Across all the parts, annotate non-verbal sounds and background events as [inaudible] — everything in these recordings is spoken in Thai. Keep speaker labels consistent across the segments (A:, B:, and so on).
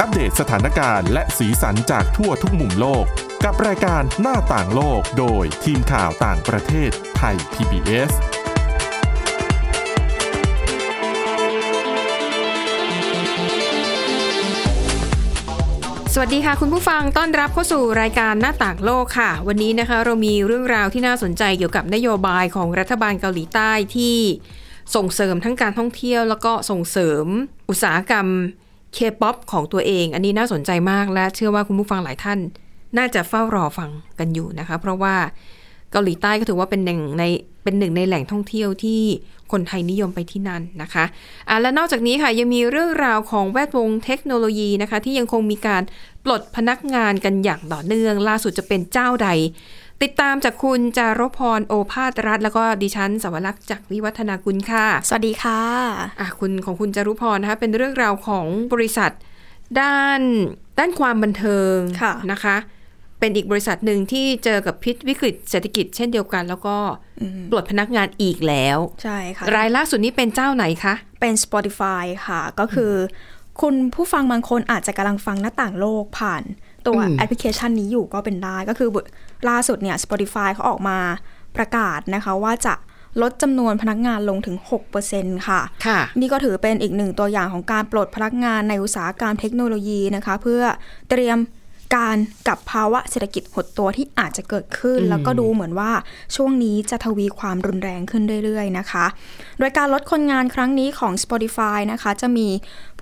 A: อัปเดตสถานการณ์และสีสันจากทั่วทุกมุมโลก กับรายการหน้าต่างโลกโดยทีมข่าวต่างประเทศไทย PBS
B: สวัสดีค่ะคุณผู้ฟังต้อนรับเข้าสู่รายการหน้าต่างโลกค่ะ วันนี้นะคะ เรามีเรื่องราวที่น่าสนใจเกี่ยวกับนโยบายของรัฐบาลเกาหลีใต้ที่ส่งเสริมทั้งการท่องเที่ยว แล้วก็ส่งเสริมอุตสาหกรรมเคป๊อปของตัวเอง อันนี้น่าสนใจมากและเชื่อว่าคุณผู้ฟังหลายท่าน น่าจะเฝ้ารอฟังกันอยู่นะคะ เพราะว่าเกาหลีใต้ก็ถือว่าเป็นหนึ่งในเป็นหนึ่งในแหล่งท่องเที่ยวที่คนไทยนิยมไปที่นั่นนะคะอ่ะและนอกจากนี้ค่ะยังมีเรื่องราวของแวดวงเทคโนโลยีนะคะ ที่ยังคงมีการปลดพนักงานกันอย่างต่อเนื่อง ล่าสุดจะเป็นเจ้าใด ติดตามจากคุณจารพรโอภาสรัฐ แล้วก็ดิฉันสวรักษ์จากวิวัฒนากุลค่ะ
C: สวัสดีค่ะ
B: อ่ะคุณของคุณจารุพรนะคะเป็นเรื่องราวของบริษัทด้านด้านความบันเทิง
C: ค่ะ
B: นะคะ เป็นอีกบริษัทหนึ่งที่เจอกับพิษวิกฤตเศรษฐกิจเช่นเดียวกัน แล้วก็
C: อืม
B: ปลดพนักงานอีกแล้ว
C: ใช่ค่ะ
B: รายล่าสุดนี้เป็นเจ้าไหนคะ
C: เป็น Spotify ค่ะ ก็คืออคุณผู้ฟังบางคนอาจจะกำลังฟังหน้าต่างโลกผ่านตัว
B: อืม
C: แอปพลิเคชันนี้อยู่ก็เป็นได้ ก็คือบุล่าสุดเนี่ย Spotify เขาออกมาประกาศนะคะ ว่าจะลดจำนวนพนักงานลงถึง 6%ค่ะ
B: ค่ะ
C: นี่ก็ถือเป็นอีกหนึ่งตัวอย่างของการปลดพนักงานในอุตสาหกรรมเทคโนโลยีนะคะ เพื่อเตรียมการกับภาวะเศรษฐกิจหดตัวที่อาจจะเกิดขึ้น แล้วก็ดูเหมือนว่าช่วงนี้จะทวีความรุนแรงขึ้นเรื่อยๆนะคะ โดยการลดคนงานครั้งนี้ของ Spotify นะคะ จะมี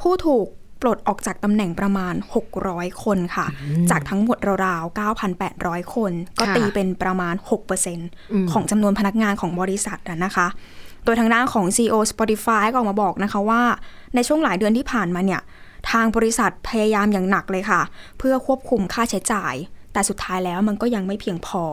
C: ผู้ถูกปลดออกจากตำแหน่งประมาณ 600 คนค่ะ จากทั้งหมดราวๆ 9,800 คน ก็
B: ค่ะ
C: ตีเป็นประมาณ 6%ของจำนวนพนักงานของบริษัทอะนะคะ โดยทางด้านของ CEO Spotify ก็ออกมาบอกนะคะว่า ในช่วงหลายเดือนที่ผ่านมาเนี่ย ทางบริษัทพยายามอย่างหนักเลยค่ะ เพื่อควบคุมค่าใช้จ่าย แต่สุดท้ายแล้วมันก็ยังไม่เพียงพอ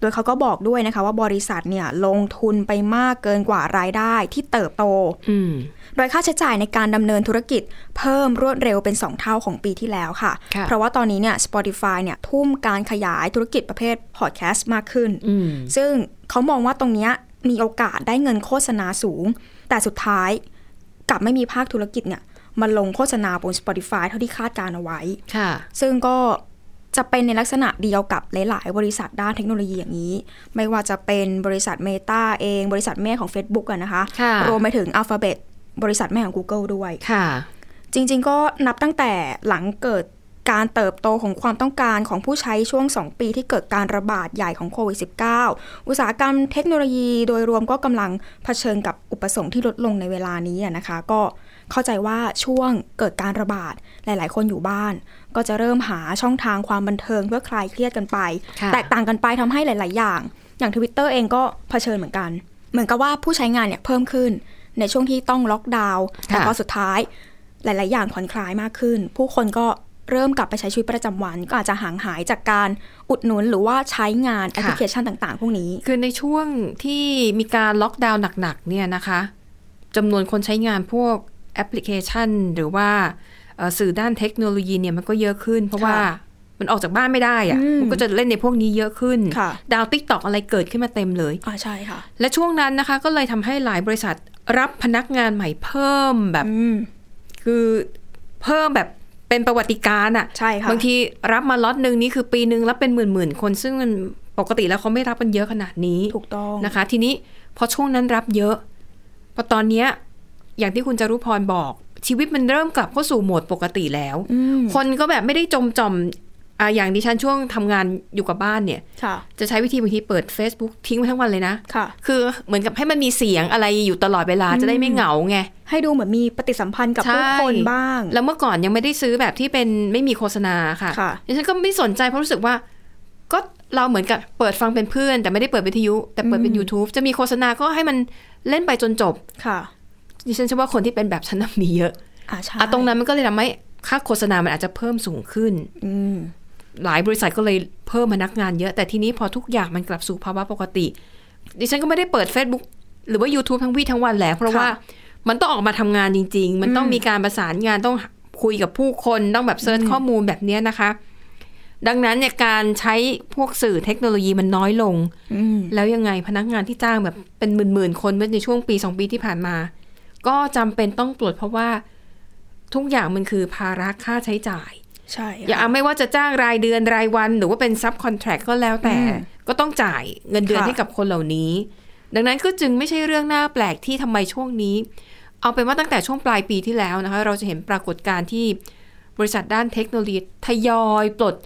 C: โดยเขาก็บอกด้วยนะคะว่าบริษัทเนี่ยลงทุนไปมากเกินกว่ารายได้ที่เติบโต
B: อืม
C: โดยค่าใช้จ่ายในการดำเนินธุรกิจเพิ่มรวดเร็วเป็น 2 เท่าของปีที่แล้วค่ะ
B: ค่ะ
C: เพราะว่าตอนนี้เนี่ย Spotify เนี่ยทุ่มการขยายธุรกิจประเภทพอดแคสต์มากขึ้น
B: อืม
C: ซึ่งเขามองว่าตรงเนี้ยมีโอกาสได้เงินโฆษณาสูง แต่สุดท้ายกลับไม่มีภาคธุรกิจเนี่ยมาลงโฆษณาบน Spotify เท่าที่คาดการเอาไว้
B: ค่ะ
C: ซึ่งก็จะเป็นในลักษณะเดียวกับหลาย ๆ บริษัทด้านเทคโนโลยีอย่างนี้ ไม่ว่าจะเป็นบริษัท Meta เอง บริษัทแม่ของ Facebook อะนะคะ
B: ค่ะ
C: รวมไปถึง Alphabet บริษัทแม่ของ Google ด้วย
B: ค่ะ
C: จริง ๆ ก็นับตั้งแต่หลังเกิดการเติบโตของความต้องการของผู้ใช้ช่วง 2 ปีที่เกิดการระบาดใหญ่ของโควิด -19 อุตสาหกรรมเทคโนโลยีโดยรวมก็กำลังเผชิญกับอุปสงค์ที่ลดลงในเวลานี้อะนะคะ ก็เข้าใจว่าช่วงเกิดการระบาดหลาย ๆ คนอยู่บ้าน ก็จะเริ่มหาช่องทางความบันเทิงเพื่อคลายเครียดกันไป
B: ค่ะ
C: แตกต่างกันไปทำให้หลาย ๆ อย่าง อย่างทวิตเตอร์เองก็เผชิญเหมือนกัน เหมือนกับว่าผู้ใช้งานเนี่ยเพิ่มขึ้นในช่วงที่ต้องล็อกดาวน์แต่
B: ค่ะ
C: พอสุดท้าย หลาย ๆ อย่างผ่อนคลายมากขึ้น ผู้คนก็เริ่มกลับไปใช้ชีวิตประจำวัน ก็อาจจะห่างหายจากการอุดหนุนหรือว่าใช้งานแอปพลิเคชันต่าง ๆ พวกนี้
B: คือในช่วงที่มีการล็อกดาวน์หนักๆเนี่ยนะคะจำนวนคนใช้งานพวกแอปพลิเคชัน หรือว่าเอ่อสื่อด้านเทคโนโลยีเนี่ยมันก็เยอะขึ้น เพราะว่ามันออกจากบ้านไม่ได้อะ
C: อืม
B: มันก็จะเล่นในพวกนี้เยอะขึ้น
C: ค่ะ
B: ดาวติ๊กตอกอะไรเกิดขึ้นมาเต็มเลย
C: อ่าใช่ค่ะ
B: และช่วงนั้นนะคะ ก็เลยทำให้หลายบริษัทรับพนักงานใหม่เพิ่มแบบ
C: อืม
B: คือเพิ่มแบบเป็นประวัติการณ์อะ
C: ใช่ค่ะ
B: บางทีรับมาล็อตหนึ่งนี่คือปีหนึ่งรับเป็นหมื่นๆคน ซึ่งมันปกติแล้วเขาไม่รับกันเยอะขนาดนี้
C: ถูกต้อง
B: นะคะ ทีนี้พอช่วงนั้นรับเยอะ พอตอนเนี้ยอย่างที่คุณจารุพรบอก ชีวิตมันเริ่มกลับเข้าสู่โหมดปกติแล้ว
C: อืม
B: คนก็แบบไม่ได้จมจอมอาอย่างดิฉันช่วงทำงานอยู่กับบ้านเนี่ย
C: ค่ะ
B: จะใช้วิธีบางทีเปิด Facebook ทิ้งไว้ทั้งวันเลยนะ
C: ค่ะ
B: คือเหมือนกับให้มันมีเสียงอะไรอยู่ตลอดเวลาจะได้ไม่เหงาไง
C: ให้ดูเหมือนมีปฏิสัมพันธ์กับ
B: ใช่
C: ผู้คนบ้าง
B: แล้วเมื่อก่อนยังไม่ได้ซื้อแบบที่เป็นไม่มีโฆษณาค่ะ
C: ค่ะ
B: ดิฉันก็ไม่สนใจเพราะรู้สึกว่า ก็เราเหมือนกับเปิดฟังเป็นเพื่อน แต่ไม่ได้เปิดวิทยุ แต่เปิดเป็น YouTube จะมีโฆษณาก็ให้มันเล่นไปจนจบ
C: ค่ะ
B: ดิฉันเชื่อว่าคนที่เป็นแบบฉันน่ะมีเยอะ
C: อ่าใช่
B: อ่ะตรงนั้นมันก็เลยทำให้ค่าโฆษณามันอาจจะเพิ่มสูงขึ้น
C: อืม
B: หลายบริษัทก็เลยเพิ่มพนักงานเยอะ แต่ทีนี้พอทุกอย่างมันกลับสู่ภาวะปกติ ดิฉันก็ไม่ได้เปิด Facebook หรือว่า YouTube ทั้งวี่ทั้งวันแหละเพราะ
C: ค่ะ
B: ว่ามันต้องออกมาทำงานจริง ๆ มันต้องมีการประสานงานต้องคุยกับผู้คนต้องแบบเซิร์ชข้อมูลแบบเนี้ยนะคะ ดังนั้นเนี่ยการใช้พวกสื่อเทคโนโลยีมันน้อยลง
C: อืม
B: แล้วยังไงพนักงานที่จ้างแบบเป็นหมื่นๆคนเมื่อในช่วงปีสองปีที่ผ่านมา ก็จำเป็นต้องปลดเพราะว่า ทุกอย่างมันคือภาระค่าใช้จ่าย
C: ใช่
B: อย่า
C: ค่ะ
B: ไม่ว่าจะจ้างรายเดือนรายวันหรือว่าเป็นซับคอนแทรคก็แล้วแต่
C: อืม
B: ก็ต้องจ่ายเงินเดือน
C: ค่ะ
B: ให้กับคนเหล่านี้ ดังนั้นก็จึงไม่ใช่เรื่องน่าแปลกที่ทำไมช่วงนี้ เอาเป็นว่าตั้งแต่ช่วงปลายปีที่แล้วนะคะ เราจะเห็นปรากฏการณ์ที่บริษัทด้านเทคโนโลยีทยอยปลด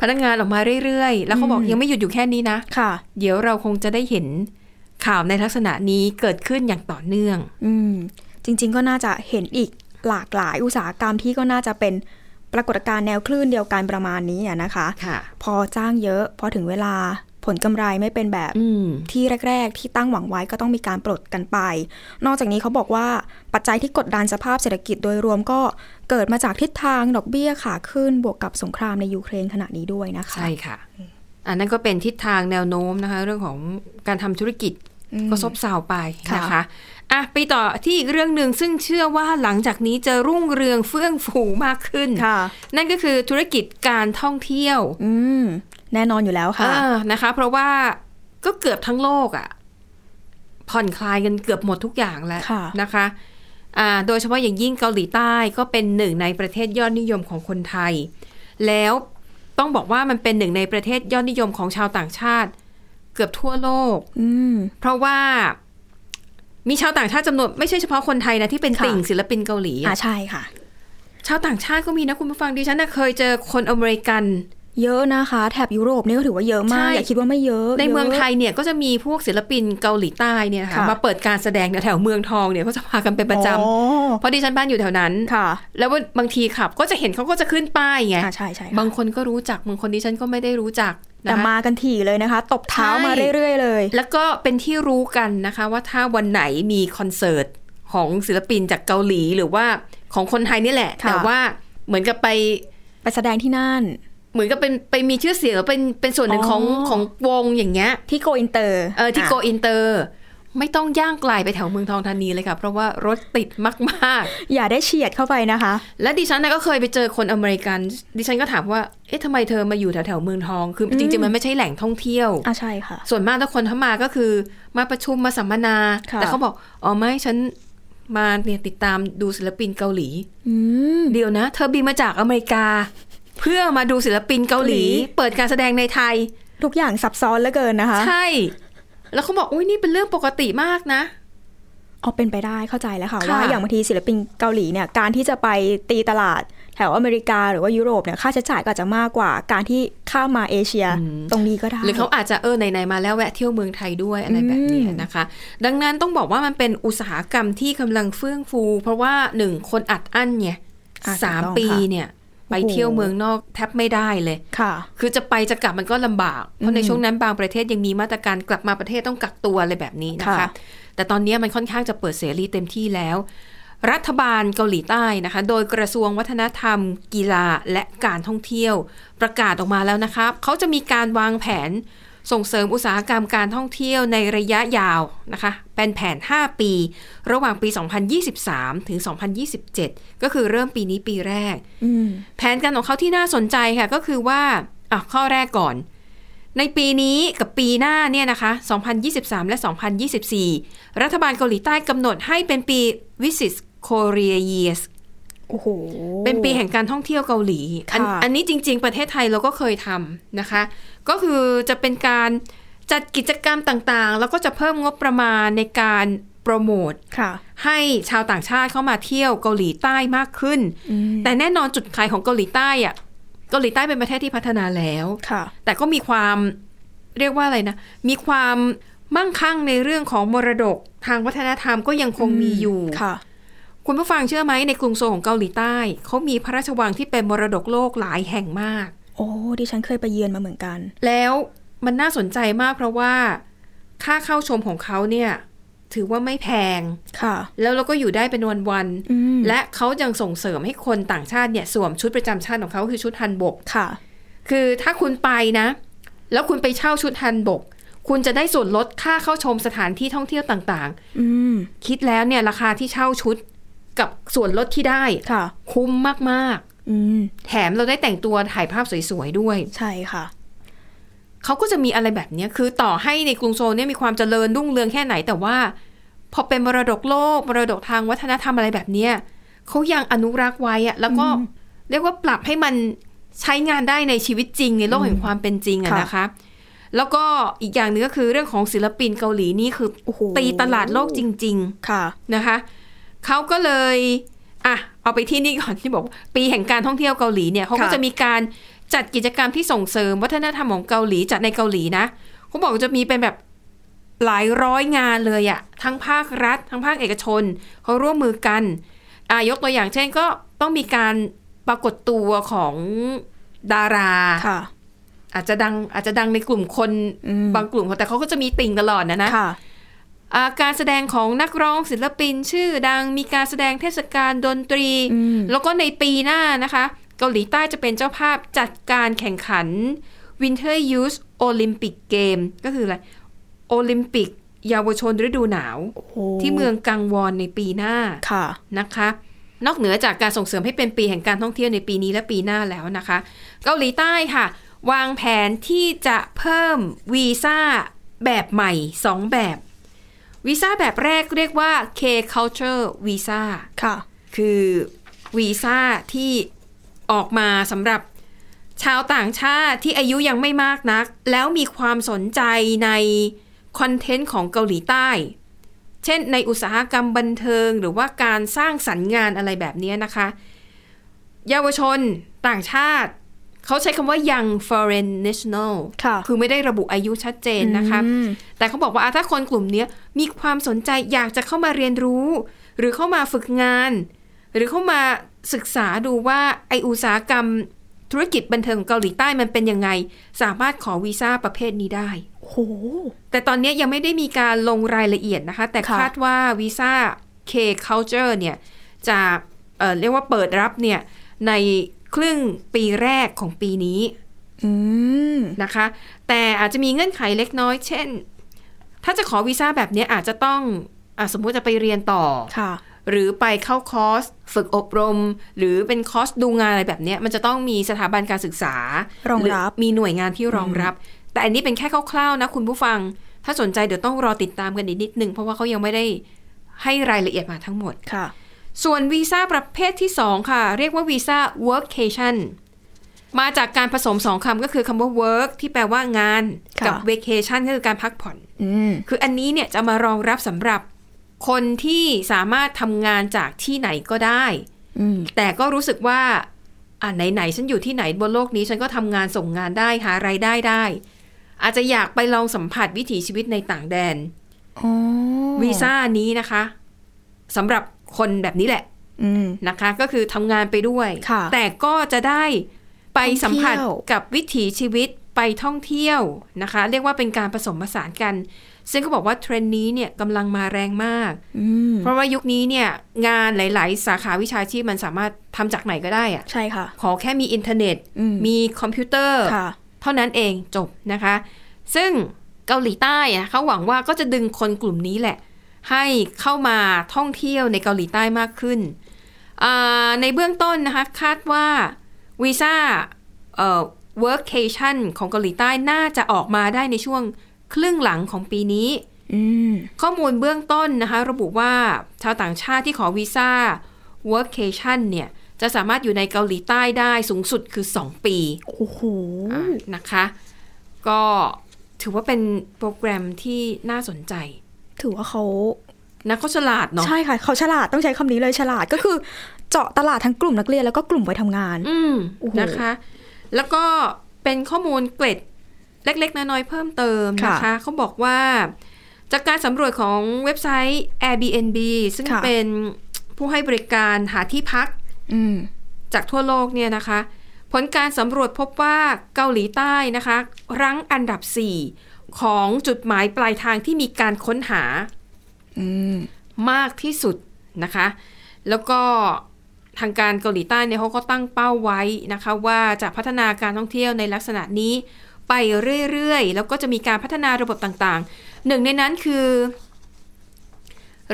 B: พนักงานออกมาเรื่อยๆ แล้วเขาบอกยังไม่หยุดอยู่แค่นี้นะ
C: ค่ะ
B: เดี๋ยวเราคงจะได้เห็นข่าวในลักษณะนี้เกิดขึ้นอย่างต่อเนื่อง
C: อืมจริงๆก็น่าจะเห็นอีกหลากหลายอุตสาหกรรมที่ก็น่าจะเป็นปรากฏการณ์แนวคลื่นเดียวกันประมาณนี้อะนะคะ
B: ค่ะ
C: พอจ้างเยอะ พอถึงเวลาผลกำไรไม่เป็นแบบ
B: อืม
C: ที่แรก ๆ ที่ตั้งหวังไว้ก็ต้องมีการปลดกันไป นอกจากนี้เขาบอกว่าปัจจัยที่กดดันสภาพเศรษฐกิจโดยรวมก็เกิดมาจากทิศทางดอกเบี้ยขาขึ้นบวกกับสงครามในยูเครนขณะนี้ด้วยนะคะ
B: ใช่ค่ะ อันนั้นก็เป็นทิศทางแนวโน้มนะคะ เรื่องของการทำธุรกิจ
C: อืม
B: ก็ซบเซาไปนะคะ
C: ค่ะ
B: อ่ะไปต่อที่อีกเรื่องหนึ่งซึ่งเชื่อว่าหลังจากนี้จะรุ่งเรืองเฟื่องฟูมากขึ้น
C: ค่ะ
B: นั่นก็คือธุรกิจการท่องเที่ยว
C: อืมแน่นอนอยู่แล้วค่ะ
B: เออนะคะ เพราะว่าก็เกือบทั้งโลกอะ่ะผ่อนคลายกันเกือบหมดทุกอย่างแล้ว
C: ค่ะ
B: นะคะอ่าโดยเฉพาะอย่างยิ่งเกาหลีใต้ก็เป็นหนึ่งในประเทศยอดนิยมของคนไทย แล้วต้องบอกว่ามันเป็นหนึ่งในประเทศยอดนิยมของชาวต่างชาติ เกือบทั่วโลก
C: อืม
B: เพราะว่ามีชาวต่างชาติจำนวนไม่ใช่เฉพาะคนไทยนะที่เป็น
C: ค่ะ
B: ติ่งศิลปินเกาหลีอะ
C: อ่าใช่ค่ะ
B: ชาวต่างชาติก็มีนะคุณผู้ฟังดิฉันนะเคยเจอคนอเมริกัน
C: เยอะนะคะ แถบยุโรปนี่ก็ถือว่าเยอะมา
B: ใช่
C: ก อย่าคิดว่าไม่เยอะ
B: ในเมืองไท
C: ย
B: ยเนี่ยก็จะมีพวกศิลปินเกาหลีใต้เนี่ยนะค่ะ
C: ค่ะ
B: มาเปิดการแสดงแถวๆเมืองทองเนี่ยก็จะพากันเป็น
C: อ
B: ประจ
C: อ๋อ
B: ำเพราะดิฉันบ้านอยู่แถวนั้น
C: ค่ะ
B: แล้วว่าบางทีขับก็จะเห็นเขาก็จะขึ้นป้ายไง
C: อ่าใช่ใช่ค่ะ
B: บางคนก็รู้จักบางคนดิฉันก็ไม่ได้รู้จัก
C: แต่
B: นะคะ
C: มากันถี่เลยนะคะ ตบเท้า
B: ใช่
C: มาเรื่อย ๆ เลย
B: แล้วก็เป็นที่รู้กันนะคะ ว่าถ้าวันไหนมีคอนเสิร์ตของศิลปินจากเกาหลีหรือว่าของคนไทยนี่แหละ
C: ค่ะ
B: แต่ว่าเหมือนกับไป
C: ไปแสดงที่นั่น
B: เหมือนกับเป็นไปมีชื่อเสียงหรือเป็นเป็นส่วนหนึ่งของ
C: อ๋อ
B: ของวงอย่างเงี้ย
C: ที่โกอินเตอร์
B: เออที่
C: ะ
B: โกอินเตอร์ไม่ต้องย่างไกลไปแถวเมืองทองธานีเลยค่ะ เพราะว่ารถติดมาก
C: อย่าได้เฉียดเข้าไปนะคะ
B: ๆ และดิฉันนะก็เคยไปเจอคนอเมริกัน ดิฉันก็ถามว่าเอ๊ะทำไมเธอมาอยู่แถวแถวๆเมืองทองคืออ
C: ม
B: จริงๆมันไม่ใช่แหล่งท่องเที่ยว
C: อ่าใช่ค่ะ
B: ส่วนมากถ้าคนเข้ามาก็คือมาประชุมมาสัมมนา
C: ค่ะ
B: แต่เขาบอกอ๋อไม่ฉันมาเนี่ยติดตามดูศิลปินเกาหลี
C: อืม
B: เดี๋ยวนะ เธอบินมาจากอเมริกา เพื่อมาดูศิลปินเกาหลี
C: เกาหลี
B: เปิดการแสดงในไทย
C: ทุกอย่างซับซ้อนเหลือเกินนะคะ
B: ใช่ แล้วเขาบอกอุ้ยนี่เป็นเรื่องปกติมากนะ
C: เอาเป็นไปได้เข้าใจแล้วค่ะ
B: ค่ะ
C: ว่าอย่างบางทีศิลปินเกาหลีเนี่ยการที่จะไปตีตลาดแถวอเมริกาหรือว่ายุโรปเนี่ยค่าใช้จ่ายก็อาจจะมากกว่า การที่ข้ามมาเอเชียตรงนี้ก็ได้
B: หรือเขาอาจจะเออไหนๆมาแล้วแวะเที่ยวเมืองไทยด้วยอะไรแบบนี้
C: อืม
B: นะคะ ดังนั้นต้องบอกว่ามันเป็นอุตสาหกรรมที่กำลังเฟื่องฟู เพราะว่าหนึ่งคนอัดอั้นเนี่ย
C: อ่ะถูก
B: สาม
C: ต้อง
B: ปี
C: ค่ะ
B: เนี่ย ไปเที่ยวเมืองนอกแทบไม่ได้เลย
C: ค่ะ
B: คือจะไปจะกลับมันก็ลำบาก เพราะในช่วงนั้นบางประเทศยังมีมาตรการกลับมาประเทศต้องกักตัวอะไรแบบนี้นะคะ
C: ค่ะ
B: แต่ตอนนี้มันค่อนข้างจะเปิดเสรีเต็มที่แล้ว รัฐบาลเกาหลีใต้นะคะ โดยกระทรวงวัฒนธรรม กีฬาและการท่องเที่ยว ประกาศออกมาแล้วนะคะเขาจะมีการวางแผนส่งเสริมอุตสาหกรรมการท่องเที่ยวในระยะยาวนะคะ เป็นแผน 5 ปี ระหว่างปี 2023 ถึง 2027 ก็คือเริ่มปีนี้ปีแรก
C: อืม
B: แผนการของเขาที่น่าสนใจค่ะก็คือว่าอ่ะข้อแรกก่อน ในปีนี้กับปีหน้าเนี่ยนะคะ 2023 และ 2024 รัฐบาลเกาหลีใต้กำหนดให้เป็นปี Visit Korea Years
C: โอ้โห
B: เป็นปีแห่งการท่องเที่ยวเกาหลีอัน
C: ค่ะ
B: อันนี้จริง ๆ ประเทศไทยเราก็เคยทำนะคะ ก็คือจะเป็นการจัดกิจกรรมต่างๆ แล้วก็จะเพิ่มงบประมาณในการโปรโมท
C: ค่ะ
B: ให้ชาวต่างชาติเข้ามาเที่ยวเกาหลีใต้มากขึ้น
C: อืม
B: แต่แน่นอนจุดขายของเกาหลีใต้อะเกาหลีใต้เป็นประเทศที่พัฒนาแล้ว
C: ค่ะ
B: แต่ก็มีความเรียกว่าอะไรนะ มีความมั่งคั่งในเรื่องของมรดกทางวัฒนธรรมก็ยังคงมีอยู่
C: ค่ะ
B: คุณผู้ฟังเชื่อไหมในกรุงโซลของเกาหลีใต้ เขามีพระราชวังที่เป็นมรดกโลกหลายแห่งมาก
C: โอ้ ดิฉันเคยไปเยือนมาเหมือนกัน
B: แล้วมันน่าสนใจมากเพราะว่าค่าเข้าชมของเขาเนี่ยถือว่าไม่แพง
C: ค่ะ
B: แล้วเราก็อยู่ได้เป็นวัน
C: อืม
B: ๆ และเขายังส่งเสริมให้คนต่างชาติเนี่ยสวมชุดประจำชาติของเขาคือชุดฮันบก
C: ค่ะ
B: คือถ้าคุณไปนะ แล้วคุณไปเช่าชุดฮันบก คุณจะได้ส่วนลดค่าเข้าชมสถานที่ท่องเที่ยวต่าง
C: อืม
B: ๆ คิดแล้วเนี่ยราคาที่เช่าชุดกับส่วนลดที่ได้
C: ค่ะ
B: คุ้มมาก
C: อืม
B: ๆ แถมเราได้แต่งตัวถ่ายภาพสวยๆ ด้วย
C: ใช่ค่ะ
B: เขาก็จะมีอะไรแบบเนี้ยคือต่อให้ในกรุงโซลเนี่ยมีความเจริญรุ่งเรืองแค่ไหนแต่ว่า พอเป็นมรดกโลกมรดกทางวัฒนธรรมอะไรแบบเนี้ย เขายังอนุรักษ์ไว้อะแล้วก็เรียกว่าปรับให้มันใช้งานได้ในชีวิตจริงในโลกแห่งความเป็นจริงอะ
C: ค่ะ
B: นะคะ แล้วก็อีกอย่างหนึงก็คือเรื่องของศิลปินเกาหลีนี่คือ
C: โอ้โห
B: ตีตลาดโลกจริง
C: ค่ะ
B: ๆนะคะเขาก็เลยอ่ะเอาไปที่นี่ก่อนที่บอกว่าปีแห่งการท่องเที่ยวเกาหลีเนี่ยเขาก็
C: ค่ะ
B: จะมีการจัดกิจกรรมที่ส่งเสริมวัฒนธรรมของเกาหลีจัดในเกาหลีนะเขาบอกว่าจะมีเป็นแบบหลายร้อยงานเลยอะทั้งภาครัฐ ทั้งภาคเอกชนเขาร่วมมือกันอ่ะยกตัวอย่างเช่นก็ต้องมีการปรากฏตัวของดารา
C: ค่ะ
B: อาจจะดังอาจจะดังในกลุ่มคน
C: อืม
B: บางกลุ่มแต่เขาก็จะมีติ่งตลอดนะนะ
C: ค่ะ
B: อ่าการแสดงของนักร้องศิลปินชื่อดังมีการแสดงเทศกาลดนตรี
C: อืม
B: แล้วก็ในปีหน้านะคะ เกาหลีใต้จะเป็นเจ้าภาพจัดการแข่งขัน Winter Youth Olympic Game ก็คืออะไรโอลิมปิกเยาวชนฤดูหนาว
C: โ
B: ที่เมืองกังวอนในปีหน้า
C: ค่ะ
B: นะคะ นอกเหนือจากการส่งเสริมให้เป็นปีแห่งการท่องเที่ยวในปีนี้และปีหน้าแล้วนะคะ เกาหลีใต้ค่ะ วางแผนที่จะเพิ่มวีซ่าแบบใหม่ 2 แบบ วีซ่าแบบแรกเรียกว่า K culture visa
C: ค่ะ
B: คือวีซ่าที่ออกมาสำหรับชาวต่างชาติที่อายุยังไม่มากนัก แล้วมีความสนใจในคอนเทนต์ของเกาหลีใต้ เช่นในอุตสาหกรรมบันเทิง หรือว่าการสร้างสรรค์งานอะไรแบบเนี้ยนะคะ เยาวชนต่างชาติ เขาใช้คำว่า young foreign national
C: ค่ะ
B: คือไม่ได้ระบุอายุชัดเจนนะคะ
C: อืม
B: แต่เขาบอกว่าอ่ะถ้าคนกลุ่มเนี้ยมีความสนใจอยากจะเข้ามาเรียนรู้ หรือเข้ามาฝึกงาน หรือเข้ามาศึกษาดูว่าไออุตสาหกรรมธุรกิจบันเทิงของเกาหลีใต้มันเป็นยังไง สามารถขอวีซ่าประเภทนี้ได้
C: โอ้โห
B: แต่ตอนเนี้ยยังไม่ได้มีการลงรายละเอียดนะคะ แต่
C: ค่ะ
B: คาดว่าวีซ่า K Culture เนี่ยจะเอ่อเรียกว่าเปิดรับเนี่ยในครึ่งปีแรกของปีนี้
C: อืม
B: นะคะแต่อาจจะมีเงื่อนไขเล็กน้อย เช่น ถ้าจะขอวีซ่าแบบเนี้ยอาจจะต้องอะสมมุติจะไปเรียนต่อ
C: ค่ะ
B: หรือไปเข้าคอร์ส ฝึกอบรม หรือเป็นคอร์สดูงานอะไรแบบเนี้ยมันจะต้องมีสถาบันการศึกษาร
C: องรับ
B: หมีหน่วยงานที่รองรับ แต่อันนี้เป็นแค่คร่าวๆนะคุณผู้ฟัง ถ้าสนใจเดี๋ยวต้องรอติดตามกันอีกนิดนึง เพราะว่าเขายังไม่ได้ให้รายละเอียดมาทั้งหมด
C: ค่ะ
B: ส่วนวีซ่าประเภทที่ 2 ค่ะ เรียกว่าวีซ่า workcation มาจากการผสมสองคำก็คือคำว่า work ที่แปลว่างาน
C: ค่ะ
B: กับ vacation ก็คือการพักผ่อน
C: อืม
B: คืออันนี้เนี่ยจะมารองรับสำหรับคนที่สามารถทำงานจากที่ไหนก็ได้
C: อืม
B: แต่ก็รู้สึกว่าอ่าไหนๆฉันอยู่ที่ไหนบนโลกนี้ฉันก็ทำงานส่งงานได้หารายได้ได้ อาจจะอยากไปลองสัมผัสวิถีชีวิตในต่างแดน
C: อ๋อ
B: วีซ่านี้นะคะสำหรับคนแบบนี้แหละ
C: อืม
B: นะคะก็คือทำงานไปด้วย
C: ค่ะ
B: แต่ก็จะได้ไปสัมผัส
C: ท่องเที่ยว
B: กับวิถีชีวิตไปท่องเที่ยวนะคะ เรียกว่าเป็นการผสมผสานกัน ซึ่งก็บอกว่าเทรนด์นี้เนี่ยกำลังมาแรงมาก
C: อืม
B: เพราะว่ายุคนี้เนี่ยงานหลาย ๆ สาขาวิชาชีพมันสามารถทำจากไหนก็ได้อะ
C: ใช่ค่ะ
B: ขอแค่มีอินเทอร์เน็ต
C: อืม
B: มีคอมพิวเตอร์
C: ค่ะ
B: เท่านั้นเองจบนะคะ ซึ่งเกาหลีใต้อะเขาหวังว่าก็จะดึงคนกลุ่มนี้แหละ ให้เข้ามาท่องเที่ยวในเกาหลีใต้มากขึ้นอ่าในเบื้องต้นนะคะ คาดว่าวีซ่าเอ่อ workcation ของเกาหลีใต้น่าจะออกมาได้ในช่วงครึ่งหลังของปีนี้
C: อืม
B: ข้อมูลเบื้องต้นนะคะ ระบุว่าชาวต่างชาติที่ขอวีซ่า workcation เนี่ยจะสามารถอยู่ในเกาหลีใต้ได้สูงสุดคือ 2 ปี
C: โอ้โห
B: อ่ะนะคะ ก็ถือว่าเป็นโปรแกรมที่น่าสนใจ
C: ถือว่าเขา
B: นะเขาฉลาดเนาะ
C: ใช่ค่ะ เขาฉลาด ต้องใช้คำนี้เลยฉลาด ก็คือ เจาะตลาดทั้งกลุ่มนักเรียนแล้วก็กลุ่มวัยทำงาน
B: อืม
C: โอ้โห
B: นะคะ แล้วก็เป็นข้อมูลเกร็ดเล็ก ๆ น้อยๆเพิ่มเติมนะ
C: ค่ะ
B: คะ เขาบอกว่า จากการสำรวจของเว็บไซต์ Airbnb ซึ่งเป็นผู้ให้บริการหาที่พัก
C: อืม
B: จากทั่วโลกเนี่ยนะคะ ผลการสำรวจพบว่าเกาหลีใต้นะคะรั้งอันดับ 4 ของจุดหมายปลายทางที่มีการค้นหา
C: อืม
B: มากที่สุดนะคะ แล้วก็ทางการเกาหลีใต้เนี่ยเขาก็ตั้งเป้าไว้นะคะ ว่าจะพัฒนาการท่องเที่ยวในลักษณะนี้ ไปเรื่อยๆ แล้วก็จะมีการพัฒนาระบบต่างๆ หนึ่งในนั้นคือ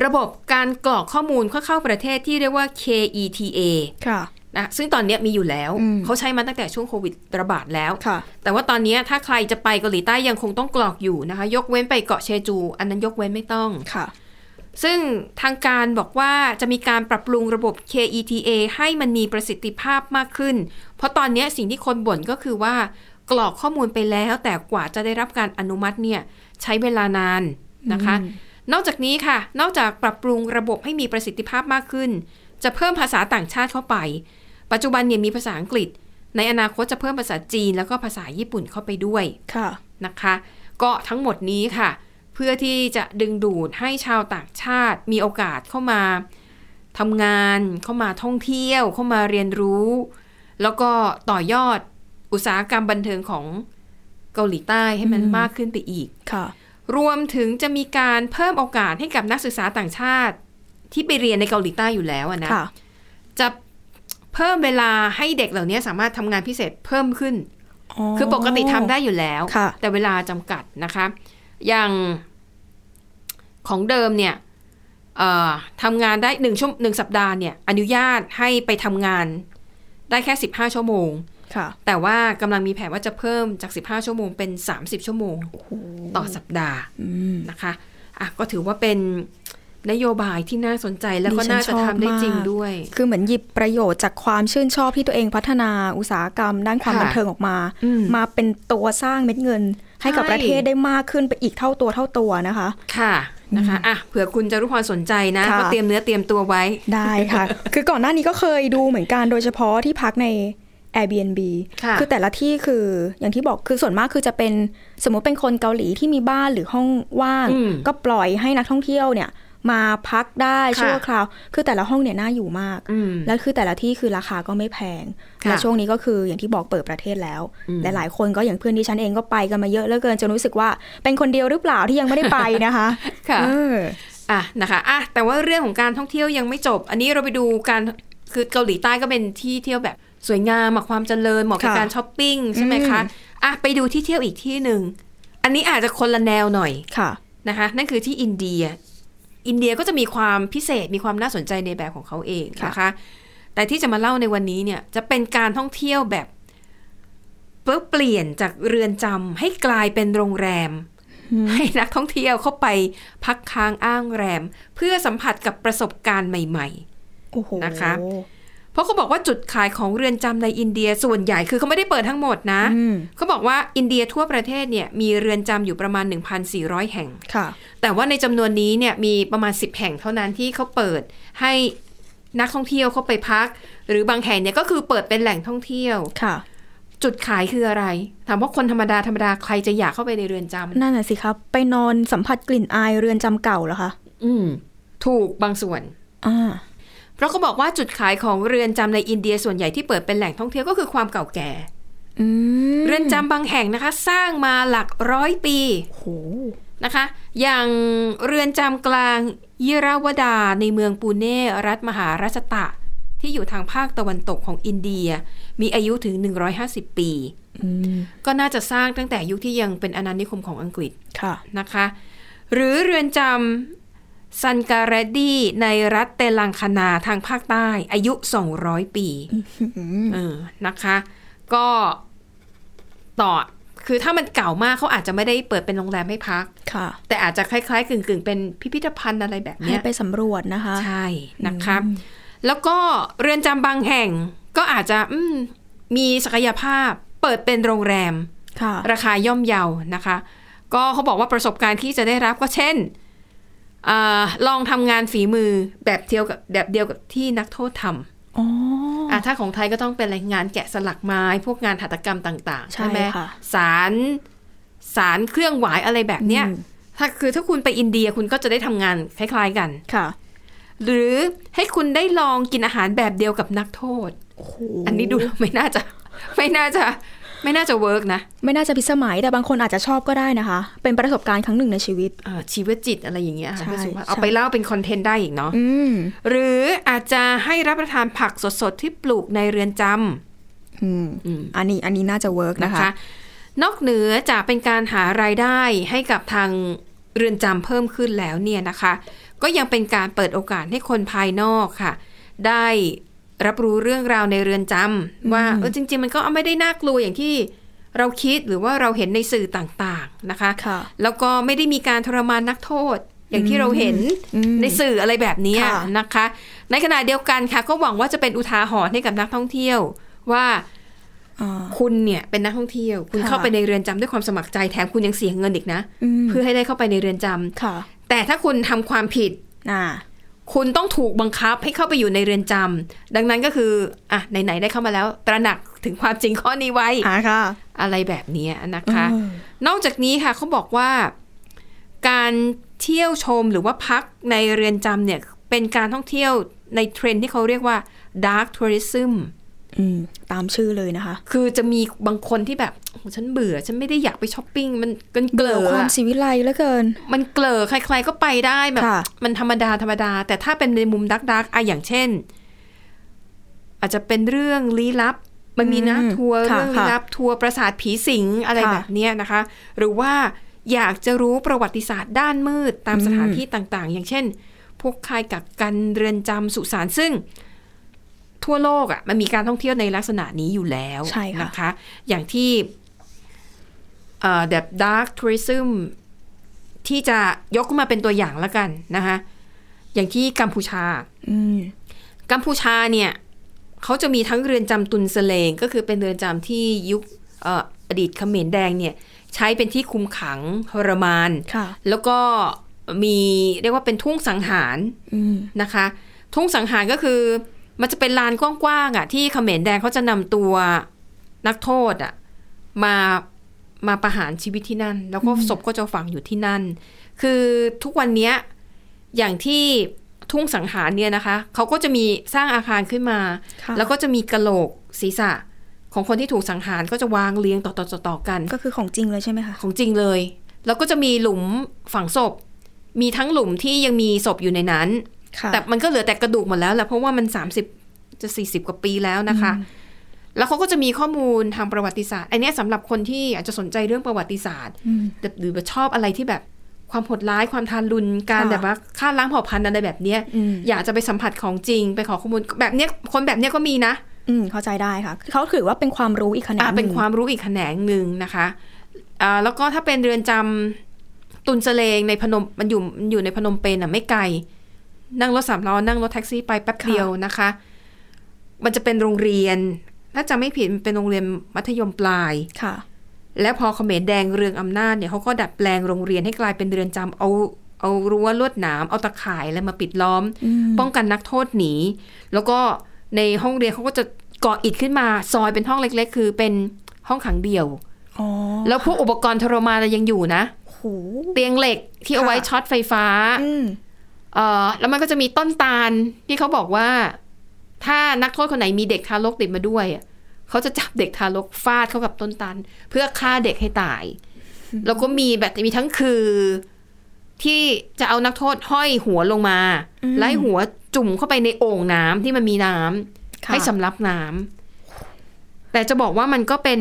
B: ระบบการกรอกข้อมูลเข้าเข้าประเทศที่เรียกว่า KETA
C: ค่ะ
B: นะซึ่งตอนเนี้ยมีอยู่แล้ว
C: อืม
B: เขาใช้มาตั้งแต่ช่วงโควิดระบาดแล้ว
C: ค่ะ
B: แต่ว่าตอนเนี้ยถ้าใครจะไปเกาหลีใต้ยังคงต้องกรอกอยู่นะคะ ยกเว้นไปเกาะเชจู อันนั้นยกเว้นไม่ต้อง
C: ค่ะ
B: ซึ่งทางการบอกว่าจะมีการปรับปรุงระบบ KETA ให้มันมีประสิทธิภาพมากขึ้น เพราะตอนเนี้ยสิ่งที่คนบ่นก็คือว่ากรอกข้อมูลไปแล้ว แต่กว่าจะได้รับการอนุมัติเนี่ยใช้เวลานานนะคะ นอกจากนี้ค่ะ นอกจากปรับปรุงระบบให้มีประสิทธิภาพมากขึ้น จะเพิ่มภาษาต่างชาติเข้าไป ปัจจุบันเนี่ยมีภาษาอังกฤษ ในอนาคตจะเพิ่มภาษาจีนแล้วก็ภาษาญี่ปุ่นเข้าไปด้วย
C: ค่ะ
B: นะคะก็ทั้งหมดนี้ค่ะ เพื่อที่จะดึงดูดให้ชาวต่างชาติมีโอกาสเข้ามาทำงาน เข้ามาท่องเที่ยว เข้ามาเรียนรู้ แล้วก็ต่อยอดอุตสาหกรรมบันเทิงของเกาหลีใต้ให้มัน
C: อืม
B: มากขึ้นไปอีก
C: ค่ะ
B: รวมถึงจะมีการเพิ่มโอกาสให้กับนักศึกษาต่างชาติ ที่ไปเรียนในเกาหลีใต้อยู่แล้วอะนะ
C: ค่ะ
B: จะเพิ่มเวลาให้เด็กเหล่านี้สามารถทำงานพิเศษเพิ่มขึ้น คือปกติทำได้อยู่แล้ว
C: ค่ะ
B: แต่เวลาจำกัดนะคะ อย่างของเดิมเนี่ยเอ่อทำงานได้หนึ่งชั่วหนึ่งสัปดาห์เนี่ยอนุญาตให้ไปทำงานได้แค่ 15 ชั่วโมง
C: ค่ะ
B: แต่ว่ากำลังมีแผนว่าจะเพิ่มจาก 15 ชั่วโมงเป็น 30 ชั่วโมงต่อสัปดาห์
C: อืม
B: นะคะอ่ะก็ถือว่าเป็นนโยบายที่น่าสนใจแล้วก็
C: ดิฉัน
B: น่าจะทำได้
C: ชอบมาก
B: จริงด้วย
C: คือเหมือนหยิบประโยชน์จากความชื่นชอบที่ตัวเองพัฒนาอุตสาหกรรม ด้านความ
B: ค่ะ
C: บันเทิงออกมา
B: อืม
C: มาเป็นตัวสร้างเม็ดเงิน ให้กับ
B: ใช่
C: ประเทศได้มากขึ้นไปอีกเท่าตัวเท่าตัวนะคะ
B: [laughs] ค่ะนะคะอ่ะเผื่อคุณจารุพรสนใจนะ
C: ค่ะ
B: ก็เตรียมเนื้อเตรียมตัวไว้
C: ได้ค่ะ คือก่อนหน้านี้ก็เคยดูเหมือนกันโดยเฉพาะที่พักใน Airbnb
B: ค่ะ
C: อแต่ละที่คืออย่างที่บอกคือส่วนมากคือจะเป็นสมมติเป็นคนเกาหลีที่มีบ้านหรือห้องว่าง
B: อืม
C: ก็ปล่อยให้นักท่องเที่ยวเนี่ย มาพักได้
B: ค่ะ
C: ชั่วคราว คือแต่ละห้องเนี่ยน่าอยู่มาก
B: อืม
C: แล้วคือแต่ละที่คือราคาก็ไม่แพง
B: ค่ะ
C: และช่วงนี้ก็คืออย่างที่บอกเปิดประเทศแล้ว
B: อืม
C: หลายๆคนก็อย่างเพื่อนดิฉันเองก็ไปกันมาเยอะเหลือเกินจนรู้สึกว่าเป็นคนเดียวหรือเปล่าที่ยังไม่ได้ไปนะคะ
B: [laughs] ค่ะ
C: เออ
B: อ่ะนะคะอ่ะแต่ว่าเรื่องของการท่องเที่ยวยังไม่จบ อันนี้เราไปดูการคือเกาหลีใต้ก็เป็นที่เที่ยวแบบสวยงามอะความเจริญเหมาะกับ
C: ค่ะ
B: การช้อปปิ้งใช่ไหมคะ
C: อืม
B: อ่ะไปดูที่เที่ยวอีกที่หนึ่งอันนี้อาจจะคนละแนวหน่อย
C: ค่ะ
B: นะคะนั่นคือที่อินเดีย อินเดียก็จะมีความพิเศษมีความน่าสนใจในแบบของเขาเอง
C: ค่ะ
B: นะคะ แต่ที่จะมาเล่าในวันนี้เนี่ยจะเป็นการท่องเที่ยวแบบเพื่อเปลี่ยนจากเรือนจำให้กลายเป็นโรงแรม ให้นักท่องเที่ยวเข้าไปพักค้างอ้างแรม เพื่อสัมผัสกับประสบการณ์ใหม่
C: โอ้โห
B: นะคะ ๆ เพราะเขาบอกว่าจุดขายของเรือนจำในอินเดียส่วนใหญ่คือเขาไม่ได้เปิดทั้งหมดนะ
C: อืม
B: เขาบอกว่าอินเดียทั่วประเทศเนี่ยมีเรือนจำอยู่ประมาณ 1,400 แห่ง
C: ค่ะ
B: แต่ว่าในจำนวนนี้เนี่ยมีประมาณ 10 แห่งเท่านั้นที่เขาเปิดให้นักท่องเที่ยวเข้าไปพัก หรือบางแห่งเนี่ยก็คือเปิดเป็นแหล่งท่องเที่ยว
C: ค่ะ
B: จุดขายคืออะไรถามว่าคนธรรมดาธรรมดาใครจะอยากเข้าไปในเรือนจำ
C: นั่นน่ะสิครับ ไปนอนสัมผัสกลิ่นอายเรือนจำเก่าเหรอคะ
B: อืม ถูกบางส่วน
C: อ่า
B: เพราะเขาบอกว่าจุดขายของเรือนจำในอินเดียส่วนใหญ่ที่เปิดเป็นแหล่งท่องเที่ยวก็คือความเก่าแก่
C: อืม
B: เรือนจำบางแห่งนะคะ สร้างมาหลักร้อยปี
C: โอ้โห
B: นะคะ อย่างเรือนจำกลางยิราวดาในเมืองปูเน่รัฐมหาราชตะ ที่อยู่ทางภาคตะวันตกของอินเดีย มีอายุถึง 150 ปี
C: อืม
B: ก็น่าจะสร้างตั้งแต่ยุคที่ยังเป็นอาณานิคมของอังกฤษ
C: ค่ะ
B: นะคะหรือเรือนจำซันการดดีในรัฐเตลังคานาทางภาคใต้ อายุ 200 ปีเออนะคะ ก็ต่อคือถ้ามันเก่ามากเขาอาจจะไม่ได้เปิดเป็นโรงแรมให้พัก
C: ค่ะ
B: แต่อาจจะคล้าย ๆ กึ่งๆ เป็นพิพิธภัณฑ์อะไรแบบ
C: ให้
B: เนี้ย
C: ไปสำรวจนะคะ
B: ใช่นะคะแล้วก็เรือนจำบางแห่งก็อาจจะอืมมีศักยภาพเปิดเป็นโรงแรม
C: ค่ะ
B: ราคาย่อมเยานะคะ ก็เขาบอกว่าประสบการณ์ที่จะได้รับก็เช่นเออลองทำงานฝีมือแบบเดียวกับแบบเดียวกับที่นักโทษทำ
C: อ๋อ
B: อ่ะถ้าของไทยก็ต้องเป็นแรงงานแกะสลักไม้ พวกงานหัตถกรรมต่างๆ
C: ใช่
B: ใช่ไหม
C: ค่ะ
B: สารสารเครื่องหวายอะไรแบบเนี้ยถ้าคือถ้าคุณไปอินเดียคุณก็จะได้ทำงานคล้ายๆกัน
C: ค่ะ
B: หรือให้คุณได้ลองกินอาหารแบบเดียวกับนักโทษ
C: โอ้โห
B: อันนี้ดูไม่น่าจะ ไม่น่าจะไม่น่าจะเวิร์กนะ
C: ไม่น่าจะพิสมัยแต่บางคนอาจจะชอบก็ได้นะคะ เป็นประสบการณ์ครั้งหนึ่งในชีวิต
B: อ่าชีวจิตอะไรอย่างเงี้ยค่ะ
C: ใช่
B: เพื่อสุขภาพ
C: ใช่
B: เอาไปเล่าเป็นคอนเทนต์ได้อีกเนาะ
C: อืม
B: หรืออาจจะให้รับประทานผักสดๆ ที่ปลูกในเรือนจ
C: อืม
B: ำอืม
C: อันนี้ อันนี้น่าจะเวิร์ก
B: นะ
C: นะคะ
B: คะ นอกเหนือจากเป็นการหารายได้ให้กับทางเรือนจำเพิ่มขึ้นแล้วเนี่ยนะคะ ก็ยังเป็นการเปิดโอกาสให้คนภายนอกค่ะ ได้รับรู้เรื่องราวในเรือนจำว่าเออจริง ๆ มันก็ไม่ได้น่ากลัวอย่างที่เราคิดหรือว่าเราเห็นในสื่อต่างๆนะคะ
C: ค่ะ
B: แล้วก็ไม่ได้มีการทรมานนักโทษ อย่างที่เราเห็น
C: อืม
B: ในสื่ออะไรแบบเนี้ย
C: ค่ะ
B: นะคะ ในขณะเดียวกันค่ะ ก็หวังว่าจะเป็นอุทาหรณ์ให้กับนักท่องเที่ยว ว่า
C: อ่า
B: คุณเนี่ยเป็นนักท่องเที่ยว คุณ
C: ค่ะ
B: เข้าไปในเรือนจำด้วยความสมัครใจแถมคุณยังเสียเงินอีกนะ
C: ม
B: เพื่อให้ได้เข้าไปในเรือนจำ
C: ค่ะ
B: แต่ถ้าคุณทำความผิด
C: อ่า
B: คุณต้องถูกบังคับให้เข้าไปอยู่ในเรือนจำดังนั้นก็คืออ่ะไหนๆได้เข้ามาแล้ว ตระหนักถึงความจริงข้อนี้ไว้
C: อ่าค่ะ
B: อะไรแบบเนี้ยนะคะ
C: เออ
B: นอกจากนี้ค่ะเขาบอกว่าการเที่ยวชมหรือว่าพักในเรือนจำเนี่ยเป็นการท่องเที่ยวในเทรนด์ที่เขาเรียกว่า dark tourism
C: อืมตามชื่อเลยนะคะ
B: คือจะมีบางคนที่แบบโอ้โหฉันเบื่อ ฉันไม่ได้อยากไปช้อปปิ้ง มันกันเก
C: เก
B: ล
C: ลือ
B: อ
C: ความ
B: อะ
C: สีวิไลเหลือเกิน
B: มันเกลอใครๆก็ไปได้แบบ
C: ค่ะ
B: มันธรรมดาธรรมดา แต่ถ้าเป็นในมุมดักดักอะอย่างเช่น อาจจะเป็นเรื่องลี้ลับ มันมีนะ
C: อืม
B: ทัวร์
C: ค่ะ
B: เรื่องลี้
C: ค่ะ
B: ลับ ทัวร์ประสาทผีสิงอะไร
C: ค่ะ
B: แบบเนี้ยนะคะ หรือว่าอยากจะรู้ประวัติศาสตร์ด้านมืดตาม
C: อืม
B: สถานที่ต่างๆ อย่างเช่น พวกคายกักกันเรือนจำสุสานซึ่ง ทั่วโลกอะ่ะมันมีการท่องเที่ยวในลักษณะนี้อยู่แล้ว
C: ใช่ค่ะ
B: นะคะ อย่างที่เอ่อแบบ dark tourism ที่จะยกขึ้นมาเป็นตัวอย่างละกันนะคะอย่างที่กัมพูชา
C: อืม
B: กัมพูชาเนี่ยเขาจะมีทั้งเรือนจำตุนเสลง ก็คือเป็นเรือนจำที่ยุคเอ่ออดีตเขมรแดงเนี่ยใช้เป็นที่คุมขังทรมาน
C: ค่ะ
B: แล้วก็มีเรียกว่าเป็นทุ่งสังหาร
C: อืม
B: นะคะ ทุ่งสังหารก็คือมันจะเป็นลานกว้างๆอ่ะที่เขมรแดงเขาจะนำตัวนักโทษอ่ะมามาประหารชีวิตที่นั่น แล้วก็ศพก็จะฝังอยู่ที่นั่น คือทุกวันเนี้ยอย่างที่ทุ่งสังหารเนี่ยนะคะเขาก็จะมีสร้างอาคารขึ้นมา
C: ค่ะ
B: แล้วก็จะมีกระโหลกศีรษะของคนที่ถูกสังหารก็จะวางเรียงต่อๆๆๆกัน
C: ก็คือของจริงเลยใช่ไหมคะ
B: ของจริงเลย แล้วก็จะมีหลุมฝังศพ มีทั้งหลุมที่ยังมีศพอยู่ในนั้น
C: ค่ะ
B: แต่มันก็เหลือแต่กระดูกหมดแล้วแหละเพราะว่ามัน 30 จะ 40 กว่าปีแล้วนะคะ แล้วเขาก็จะมีข้อมูลทางประวัติศาสตร์ อันเนี้ยสำหรับคนที่อาจจะสนใจเรื่องประวัติศาสตร์
C: อืม
B: แต่หรือว่าชอบอะไรที่แบบความโหดร้ายความทารุณการ
C: ค่ะ
B: แบบว่าฆ่าล้างเผ่าพันธุ์อะไรแบบเนี้ย
C: อืม
B: อยากจะไปสัมผัสของจริงไปขอข้อมูลแบบเนี้ยคนแบบเนี้ยก็มีนะ
C: อืม เข้าใจได้ค่ะ คือเขาถือว่าเป็นความรู้อีกแขนง
B: อ่าเป็น
C: หง
B: ความรู้อีกแขนงหนึ่งนะคะอ่าแล้วก็ถ้าเป็นเรือนจำตุนเสลงในพนมมันอยู่มันอยู่ในพนมเปญอ่ะไม่ไกล นั่งรถสามล้อนั่งรถแท็กซี่ไปแป๊บเดียวนะคะ มันจะเป็นโรงเรียนถ้าจะไม่ผิดมันเป็นโรงเรียนมัธยมปลาย
C: ค่ะ
B: แล้วพอเขมรแดงเรืองอำนาจเนี่ยเขาก็ดัดแปลงโรงเรียนให้กลายเป็นเรือนจำเอาเอารั้วลวดหนามเอาตะข่ายอะไรมาปิดล้อม
C: อืม
B: ป้องกันนักโทษหนี แล้วก็ในห้องเรียนเขาก็จะก่ออิฐขึ้นมาซอยเป็นห้องเล็ก ๆ คือเป็นห้องขังเดี่ยว
C: อ๋อ
B: แล้วพวกอุปกรณ์ทรมานอะไรยังอยู่นะ
C: โห
B: เตียงเหล็กที่เอาไว้
C: ค่ะ
B: ช็อตไฟฟ้า
C: อืม
B: เอ่อแล้วมันก็จะมีต้นตาลที่เขาบอกว่า ถ้านักโทษคนไหนมีเด็กทารกติดมาด้วยอะเขาจะจับเด็กทารกฟาดเข้ากับต้นตาลเพื่อฆ่าเด็กให้ตาย แล้วก็มีแบบมีทั้งคือ ที่จะเอานักโทษห้อยหัวลงมา
C: อืม
B: ไล่หัวจุ่มเข้าไปในโอ่งน้ำที่มันมีน้ำ
C: ค่ะ
B: ให้สำลักน้ำแต่จะบอกว่ามันก็เป็น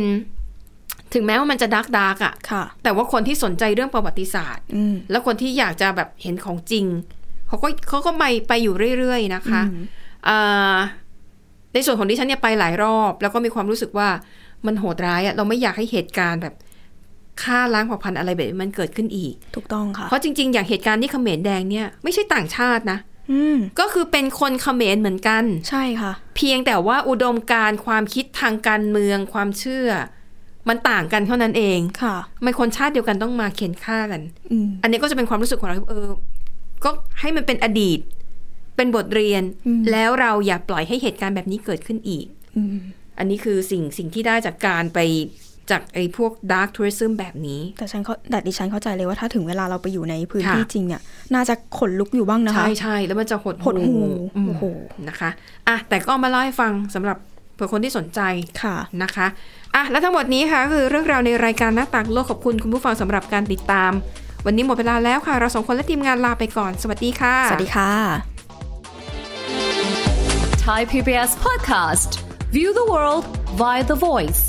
B: ถึงแม้ว่ามันจะดักดักๆอะ
C: ค่ะ
B: แต่ว่าคนที่สนใจเรื่องประวัติศาสตร์
C: อืม
B: แล้วคนที่อยากจะแบบเห็นของจริง เขาก็เขาก็ไปไปอยู่เรื่อยๆนะคะ
C: อืม
B: เอ่อในส่วนของดิฉันเนี่ยไปหลายรอบ แล้วก็มีความรู้สึกว่ามันโหดร้ายอะเราไม่อยากให้เหตุการณ์แบบฆ่าล้างเผ่าพันธุ์อะไรแบบนี้มันเกิดขึ้นอีก
C: ถูกต้องค่ะ
B: เพราะจริงๆ อย่างเหตุการณ์ที่เขมรแดงเนี่ยไม่ใช่ต่างชาตินะ
C: อืม
B: ก็คือเป็นคนเขมรเหมือนกัน
C: ใช่ค่ะ
B: เพียงแต่ว่าอุดมการณ์ความคิดทางการเมืองความเชื่อ มันต่างกันเท่านั้นเอง
C: ค่ะ
B: ไม่คนชาติเดียวกันต้องมาเข็นฆ่ากัน
C: อืม
B: อันนี้ก็จะเป็นความรู้สึกของเราที่เออ ก็ให้มันเป็นอดีต เป็นบทเรียน
C: อืม
B: แล้วเราอย่าปล่อยให้เหตุการณ์แบบนี้เกิดขึ้นอีก
C: อืม
B: อันนี้คือสิ่งสิ่งที่ได้จากการไปจากไอ้พวก dark tourism แบบนี้
C: แต่ฉันเขาแต่ดิฉันเข้าใจเลยว่าถ้าถึงเวลาเราไปอยู่ในพื้น
B: ค่ะ
C: ที่จริงเนี่ย น่าจะขนลุกอยู่บ้างนะคะ
B: ใช่ใช่แล้วมันจะหด
C: หดหู่
B: อืม
C: โอ้โห
B: นะคะอ่ะแต่ก็เอามาเล่าให้ฟังสำหรับเผื่อคนที่สนใจ
C: ค่ะ
B: นะคะอ่ะและทั้งหมดนี้ค่ะก็คือเรื่องราวในรายการหน้าต่างโลกขอบคุณคุณผู้ฟังสำหรับการติดตาม วันนี้หมดเวลาแล้วค่ะ เราสองคนและทีมงานลาไปก่อน สวัสดีค่ะ
C: สวัสดีค่ะ
D: Thai PBS podcast. View the world via the voice.